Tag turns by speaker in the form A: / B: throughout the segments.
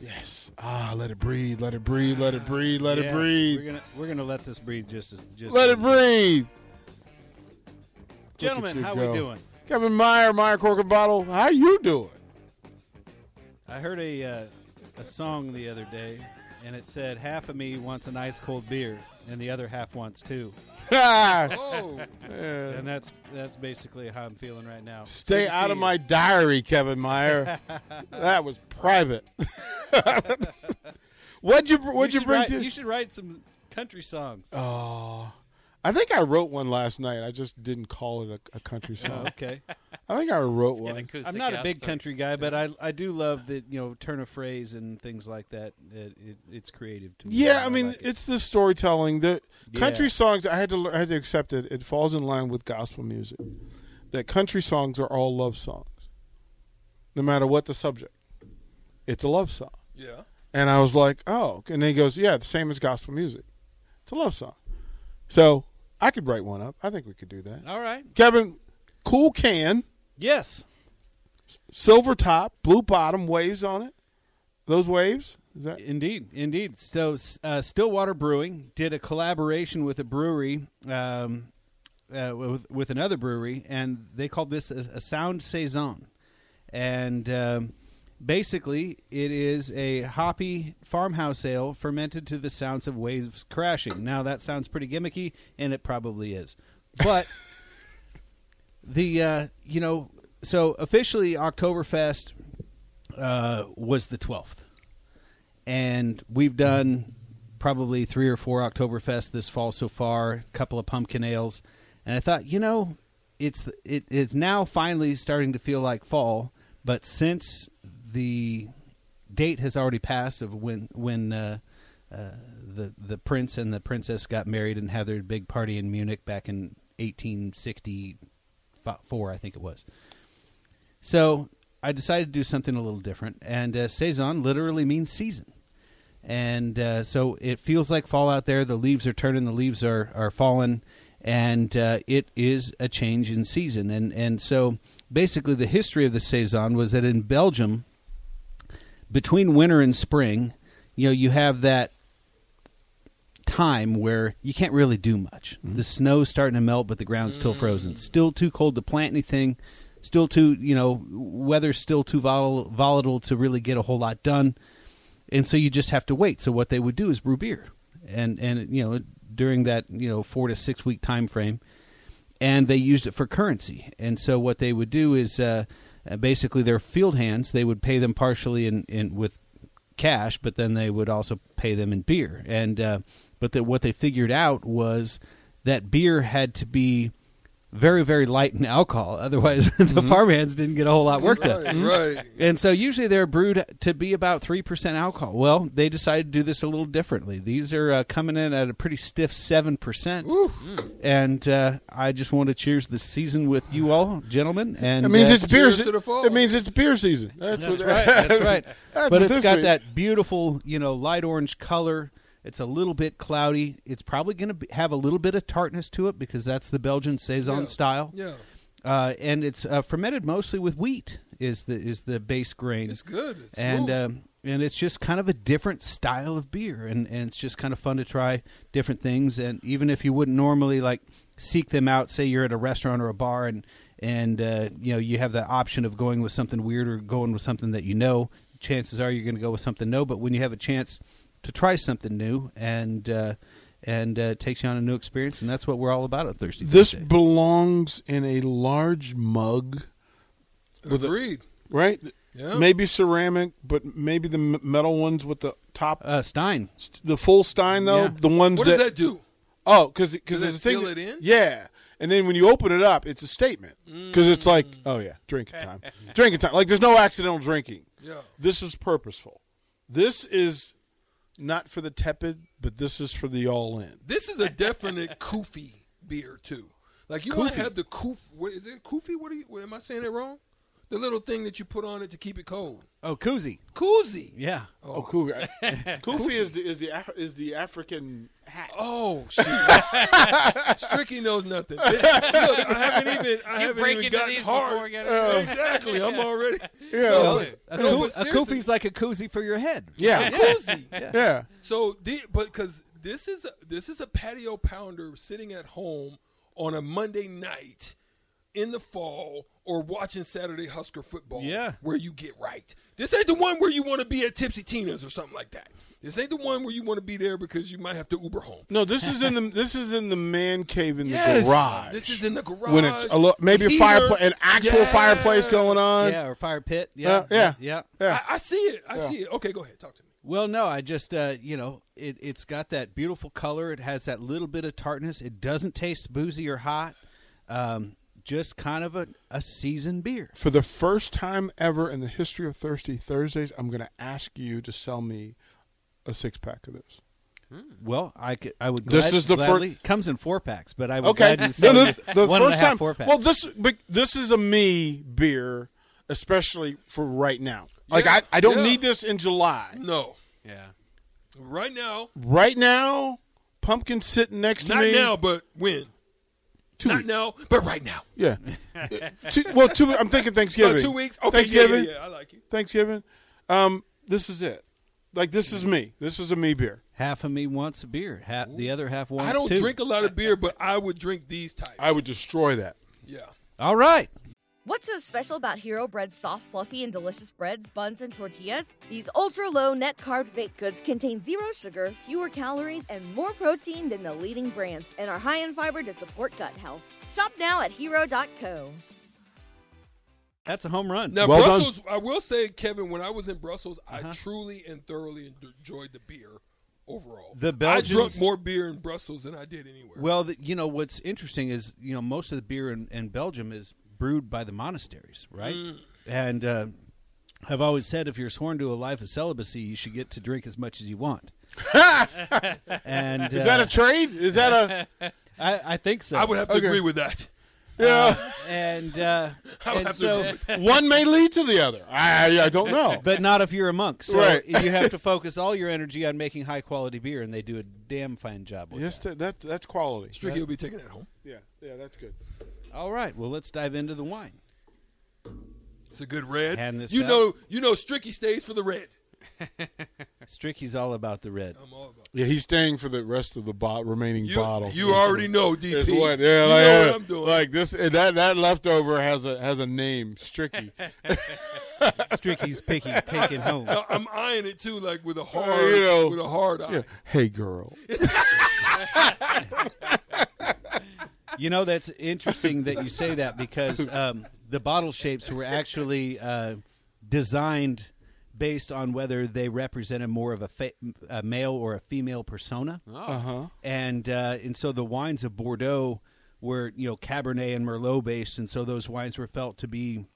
A: Yes. Ah, let it breathe. Let it breathe. Let it breathe. Let
B: Yeah,
A: it breathe.
B: We're gonna we're gonna let this breathe just as just.
A: Let it breathe.
B: gentlemen.
A: you
B: How
A: go.
B: we doing?
A: Kevin Meyer, Meyer Corker Bottle. How you doing?
B: I heard a uh, a song the other day, and it said half of me wants an ice cold beer, and the other half wants two,
A: Ah,
C: Oh,
B: and that's that's basically how I'm feeling right now. Good
A: Stay
B: to
A: out
B: see
A: of
B: you.
A: my diary, Kevin Meyer. that was private. what'd you What'd you,
B: should
A: bring
B: write-
A: to?
B: You should write some country songs.
A: oh, I think I wrote one last night. I just didn't call it a, a country
B: Oh,
A: song.
B: okay,
A: I think I wrote
D: Get an
A: one.
D: acoustic
B: I'm not a
D: out,
B: big
D: so-
B: country guy, but I I do love that you know turn of phrase and things like that. It, it, it's creative to me.
A: Yeah, I mean,
B: like it.
A: it's the storytelling. The country
B: Yeah.
A: songs, I had to, lear- I had to accept it. It falls in line with gospel music. That country songs are all love songs, no matter what the subject. It's a love song,
C: yeah.
A: and I was like, oh. And then he goes, yeah, the same as gospel music. It's a love song. So I could write one up. I think we could do that.
B: all right.
A: Kevin, cool can,
B: Yes,
A: silver top, blue bottom, waves on it. Those waves. Is that
B: Indeed, indeed. So, uh, Stillwater Brewing did a collaboration with a brewery, um, uh, with, with another brewery, and they called this a, a sound saison. And um, basically, it is a hoppy farmhouse ale fermented to the sounds of waves crashing. Now, that sounds pretty gimmicky, and it probably is, but the uh, you know, so officially, Oktoberfest uh, was the twelfth and we've done probably three or four Oktoberfest this fall so far, a couple of pumpkin ales, and I thought, you know, it's it, it's now finally starting to feel like fall, but since the date has already passed of when when uh, uh, the the prince and the princess got married and had their big party in Munich back in 1864, I think it was. So I decided to do something a little different, and uh, saison literally means season, and uh, so it feels like fall out there. The leaves are turning, the leaves are are falling, and uh, it is a change in season. And and so basically, the history of the saison was that in Belgium, between winter and spring, you know, you have that time where you can't really do much. The snow's starting to melt, but the ground's still frozen. Still too cold to plant anything. Still too, you know, weather's still too vol- volatile to really get a whole lot done. And so you just have to wait. So what they would do is brew beer, and and you know during that you know four to six week time frame, and they used it for currency. And so what they would do is uh, uh, basically their field hands they would pay them partially in, in with cash, but then they would also pay them in beer. And uh, but that what they figured out was that beer had to be very very light in alcohol, otherwise the farm hands didn't get a whole lot work done.
C: Right, right.
B: And so usually they're brewed to be about 3% alcohol. Well, they decided to do this a little differently. These are uh, coming in at a pretty stiff 7%. And uh, I just want to cheers the season with you all, gentlemen. And
A: It means
B: uh,
A: it's beer.
C: cheers
A: se-
C: to the fall.
A: It means it's beer season. That's,
B: That's
A: what,
B: right. That's right.
A: That's
B: but
A: what
B: it's
A: this
B: got
A: means.
B: that beautiful, you know, light orange color. It's a little bit cloudy. It's probably going to have a little bit of tartness to it because that's the Belgian saison
C: Yeah.
B: style.
C: Yeah,
B: Uh, and it's uh, fermented mostly with wheat is the is the base grain.
C: it's good. It's
B: and
C: smooth.
B: um, and it's just kind of a different style of beer, and, and it's just kind of fun to try different things. And even if you wouldn't normally like seek them out, say you're at a restaurant or a bar, and and uh, you know you have the option of going with something weird or going with something that you know. Chances are you're going to go with something no, but when you have a chance to try something new and uh, and uh, it takes you on a new experience, and that's what we're all about at Thirsty.
A: This
B: Thursday.
A: belongs in a large mug, with a-
C: agreed.
A: right?
C: Yeah.
A: Maybe ceramic, but maybe the m- metal ones with the top,
B: uh, Stein.
A: st- the full stein though.
B: yeah.
A: The ones
C: what
A: that,
C: does that do?
A: oh, because because
C: Does
A: there's
C: it
A: a thing.
C: seal
A: that-
C: it in?
A: Yeah, and then when you open it up, it's a statement because it's like, oh yeah, drinking time, drinking time. Like there's no accidental drinking.
C: Yeah.
A: This is purposeful. This is Not for the tepid, but this is for the all in.
D: This is a definite koofy beer too. Like you want
A: Koofy.
D: to have the koof. What, is it koofy? What are you? Am I saying it wrong? The little thing that you put on it to keep it cold.
B: Oh, koozie.
D: Koozie.
B: Yeah.
A: Oh, Koofy. I- Koofy is the is the Af- is the African hat.
D: Oh shit! Stricky knows nothing. Look, I haven't even. I
E: You
D: haven't
E: break
D: even
E: into
D: gotten
E: these
D: hard.
E: before we get it.
D: exactly. I'm already.
B: So,
D: No,
B: a,
D: but- no,
B: koo-
D: but
B: a
D: seriously.
B: koofie's like a koozie for your head.
A: Yeah.
D: Koozie.
A: Yeah.
D: So, the, but because this is this is a patio pounder sitting at home on a Monday night in the fall or watching Saturday Husker football,
B: Yeah.
D: where you get right. This ain't the one where you want to be at Tipsy Tina's or something like that. This ain't the one where you want to be there because you might have to Uber home.
A: No, this is in the this is in the man cave in
D: Yes,
A: the garage.
D: This is in the garage
A: when it's a lo- maybe a
D: Heater.
A: fireplace, an actual
D: Yeah.
A: fireplace going on.
B: Yeah, or fire pit. Yeah.
A: Uh, yeah.
B: Yeah.
D: I, I see it. I see it. Okay, go ahead. Talk to me.
B: Well, no, I just uh, you know, it it's got that beautiful color. It has that little bit of tartness. It doesn't taste boozy or hot. Um, just kind of a, a seasoned beer.
A: For the first time ever in the history of Thirsty Thursdays, I'm going to ask you to sell me a six pack of this.
B: Well, I could, I would.
A: This
B: glad-
A: is the fir-
B: gladly, comes in four packs, but I would
A: Okay,
B: gladly sell
A: No, no,
B: you
A: the
B: one and
A: first
B: a half
A: time.
B: four packs.
A: Well, this but this is a me beer, especially for right now. Like
D: Yeah,
A: I, I don't
D: yeah.
A: need this in July.
D: No,
E: Yeah.
D: right now,
A: Right now, pumpkin sitting next
D: not
A: to me.
D: now, but when?
A: two
D: Not
A: weeks.
D: now, but right now.
A: Yeah. two, well, two. I'm thinking
D: Oh,
A: Thanksgiving.
D: two weeks. Okay, yeah, yeah,
A: Thanksgiving.
D: yeah. I like you.
A: Thanksgiving. Um, this is it. Like this is me. This is a me beer.
B: half of me wants a beer. Half, the other half wants.
D: I don't
B: two.
D: drink a lot of beer, but I would drink these types.
A: I would destroy that.
D: Yeah.
B: All right.
F: What's so special about Hero Bread's soft, fluffy, and delicious breads, buns, and tortillas? These ultra low net carb baked goods contain zero sugar, fewer calories, and more protein than the leading brands, and are high in fiber to support gut health. Shop now at hero.co.
B: That's a home run.
D: Now
A: Well done.
D: Brussels, I will say, Kevin, when I was in Brussels, I truly and thoroughly en- enjoyed the beer overall.
B: The
D: I drunk
B: Belgians-
D: more beer in Brussels than I did anywhere.
B: Well, the, you know what's interesting is you know most of the beer in, in Belgium is brewed by the monasteries, right?
D: Mm.
B: And uh, I've always said if you're sworn to a life of celibacy, you should get to drink as much as you want. and uh,
A: Is that a trade? Is that a
B: I, I think so.
D: I would have to
A: Okay.
D: agree with that.
A: yeah?
B: and uh,
D: I would
B: and
D: have to
B: so,
D: agree with
A: one may lead to the other. I I don't know.
B: but not if you're a monk. So
A: Right.
B: you have to focus all your energy on making high quality beer, and they do a damn fine job with
A: yes,
B: that.
A: that, that that's quality.
D: Stricky will be taking that home.
A: Yeah, yeah, that's good.
B: All right. Well, let's dive into the wine.
D: It's a good red.
B: Hand this
D: you
B: out.
D: know, you know, Stricky stays for the red.
B: Stricky's all about the red.
D: I'm all about it.
A: Yeah, he's staying for the rest of the bo- remaining
D: you.
A: bottle.
D: You already know, DP.
A: There's one.
D: you
A: Yeah, like,
D: know
A: uh,
D: what I'm doing.
A: like this. and That that leftover has a has a name. Stricky.
B: Stricky's picky, taken home.
D: No, I'm eyeing it too, like with a hard,
A: you know.
D: with a hard eye.
A: Yeah. Hey, girl.
B: You know, that's interesting that you say that because um, the bottle shapes were actually uh, designed based on whether they represented more of a, fa- a male or a female persona.
A: Uh huh.
B: And, uh, and so the wines of Bordeaux were, you know, Cabernet and Merlot based. And so those wines were felt to be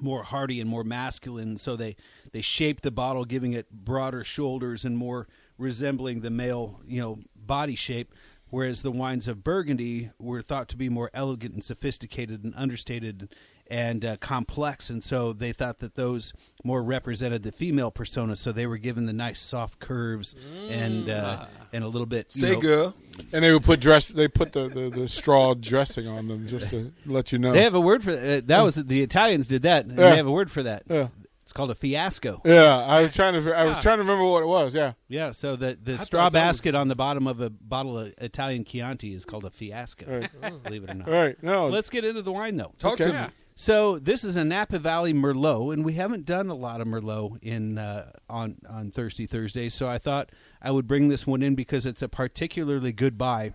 B: more hearty and more masculine. So they, they shaped the bottle, giving it broader shoulders and more resembling the male, you know, body shape. Whereas the wines of Burgundy were thought to be more elegant and sophisticated and understated and uh, complex. And so they thought that those more represented the female persona. So they were given the nice soft curves and, uh, and a little bit. you
D: Say,
B: know-
D: girl.
A: And they would put dress. They put the, the, the straw dressing on them just to let you know.
B: They have a word for that. Uh, that was the Italians did that. and
A: Oh. Yeah.
B: They have a word for that.
A: Yeah.
B: It's called a fiasco.
A: yeah, I was trying to. I was trying to remember what it was. Yeah.
B: Yeah, so the, the
D: thought
B: straw
D: that was-
B: basket on the bottom of a bottle of Italian Chianti is called a fiasco, believe it or not.
A: All right. No.
B: Let's get into the wine, though.
D: Talk to
A: Okay.
D: me.
E: Yeah.
B: So this is a Napa Valley Merlot, and we haven't done a lot of Merlot in uh, on on Thursday Thursday. So I thought I would bring this one in because it's a particularly good buy.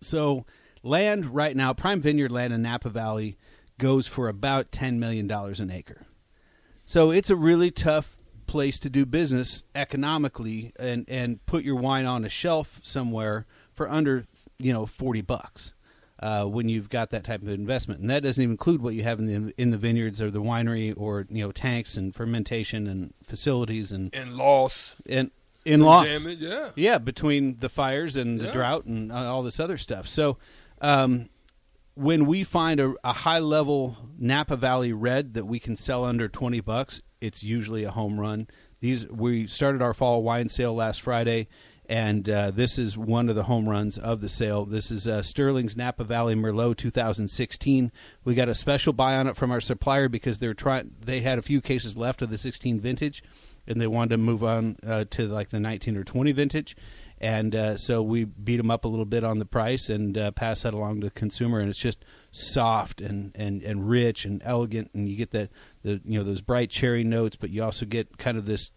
B: So land right now, prime vineyard land in Napa Valley goes for about ten million dollars an acre. So it's a really tough place to do business economically and and put your wine on a shelf somewhere for under you know 40 bucks uh, when you've got that type of investment and that doesn't even include what you have in the in the vineyards or the winery or you know tanks and fermentation and facilities and
D: And loss.
B: and in
D: From
B: loss.
D: damage, yeah.
B: yeah, between the fires and the
D: Yeah.
B: drought and uh, all this other stuff. So, um, when we find a, a high level Napa Valley red that we can sell under twenty bucks, it's usually a home run. These we started our fall wine sale last Friday, and uh, this is one of the home runs of the sale. This is uh, Sterling's Napa Valley Merlot 2016. We got a special buy on it from our supplier because they're trying. They had a few cases left of the 16 vintage, and they wanted to move on uh, to like the 19 or 20 vintage. And uh, so we beat them up a little bit on the price and uh, pass that along to the consumer. And it's just soft and, and, and rich and elegant, and you get that the you know those bright cherry notes, but you also get kind of this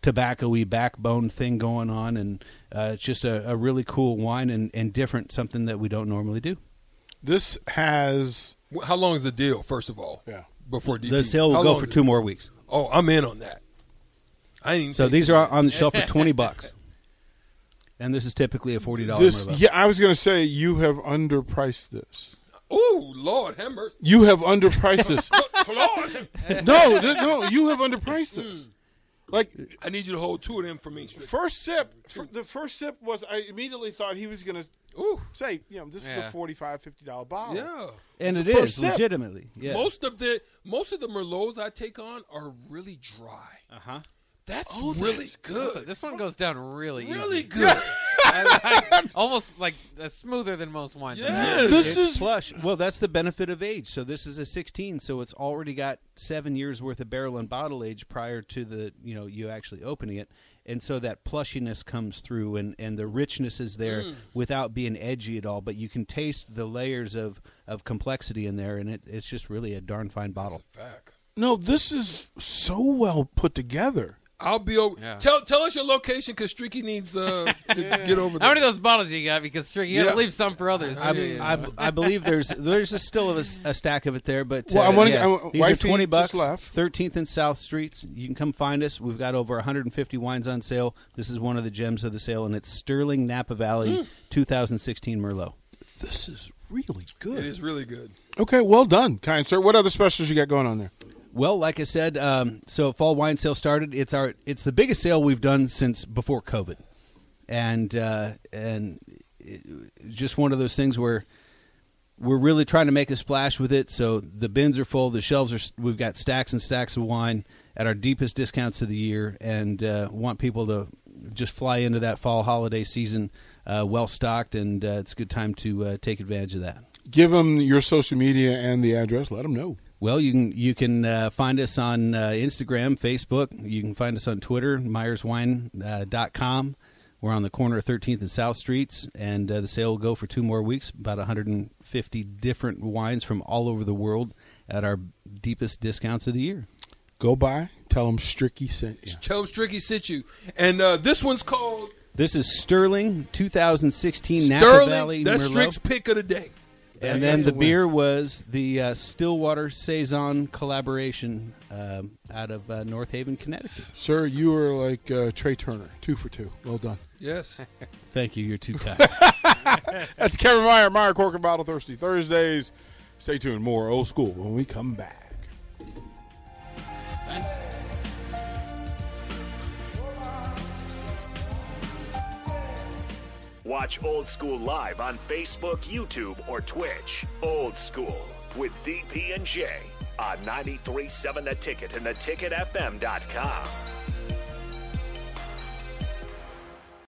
B: tobacco-y backbone thing going on, and uh, it's just a, a really cool wine and, and different, something that we don't normally do.
A: This has
D: Wh- How long is the deal? First of all,
A: Yeah.
D: Before DP,
B: The sale will
D: How
B: go
D: long
B: for
D: is
B: two
D: it?
B: more weeks,
D: Oh, I'm in on that. I ain't even
B: so
D: tasted
B: these
D: it.
B: are on the shelf for twenty bucks, and this is typically a forty dollars.
A: this. Yeah, I was going to say you have underpriced this.
D: Oh Lord, Hammer,
A: You have underpriced this.
D: Lord,
A: no, th- no, you have underpriced this. Like
D: I need you to hold two of them for me. Strick.
A: first sip, f- the first sip was I immediately thought he was going to
D: Ooh,
A: say, you know, this is
C: Yeah.
A: a 45 50 dollar bottle.
D: yeah.
B: and it
A: The first
B: is
A: sip.
B: legitimately. Yeah.
D: Most of the most of the merlots I take on are really dry.
B: uh huh.
D: Uh-huh. Oh, That's really good.
C: This one goes down really easy.
D: really good.
C: I- I- almost like uh, smoother than most wines.
D: Yes.
A: This
B: It's
A: is
B: flush. Well, that's the benefit of age. So this is a 16, so it's already got seven years worth of barrel and bottle age prior to the you know you actually opening it, and so that plushiness comes through, and and the richness is there
A: Mm.
B: without being edgy at all. But you can taste the layers of of complexity in there, and it, it's just really a darn fine bottle.
D: Fact.
A: no, this is so well put together.
D: I'll be over.
C: Yeah.
D: Tell tell us your location because Streaky needs uh, to get over
C: How
D: there.
C: many of those bottles you got? Because Strick, you
D: Yeah.
C: gotta leave some for others.
B: I,
C: too, you know.
B: I, I believe there's there's a still a, s- a stack of it there, but
A: Well, I
B: uh,
A: wanna-
B: yeah,
A: I wa-
B: these are
A: wifey
B: twenty
A: just
B: bucks.
A: left.
B: Thirteenth and South Streets. You can come find us. We've got over 150 wines on sale. This is one of the gems of the sale, and it's Sterling Napa Valley 2016 Merlot.
A: This is really
D: It
A: good.
D: is really good.
A: Okay, well done, kind sir. What other specials you got going on there?
B: Well, like I said, um, so fall wine sale started. It's our it's the biggest sale we've done since before COVID, and uh, and it, it's just one of those things where we're really trying to make a splash with it. So the bins are full, the shelves are. We've got stacks and stacks of wine at our deepest discounts of the year, and uh, want people to just fly into that fall holiday season uh, well stocked, and uh, it's a good time to uh, take advantage of that.
A: Give them your social media and the address. Let them know.
B: Well, you can you can uh, find us on uh, Instagram, Facebook. You can find us on Twitter, MyersWine.com. Uh, dot com. We're on the corner of 13th and South Streets, and uh, the sale will go for two more weeks. About 150 different wines from all over the world at our deepest discounts of the year.
A: Go by, tell them Stricky sent you.
D: Tell him Stricky sent you. And uh, this one's called
B: This is Sterling 2016 Napa Valley
D: Sterling. That's
B: Merlot.
D: Strick's pick of the day.
B: and then the beer was the uh, Stillwater Saison collaboration um, out of uh, North Haven, Connecticut.
A: Sir, you are like uh, Trey Turner, two for two. Well done.
D: Yes.
B: Thank you. You're too kind.
A: That's Kevin Meyer, Meyer Cork and Bottle Thirsty Thursdays. Stay tuned. More old school when we come back.
G: Watch Old School live on Facebook, YouTube, or Twitch. Old School with DP and J on 937 The Ticket and theticketfm.com.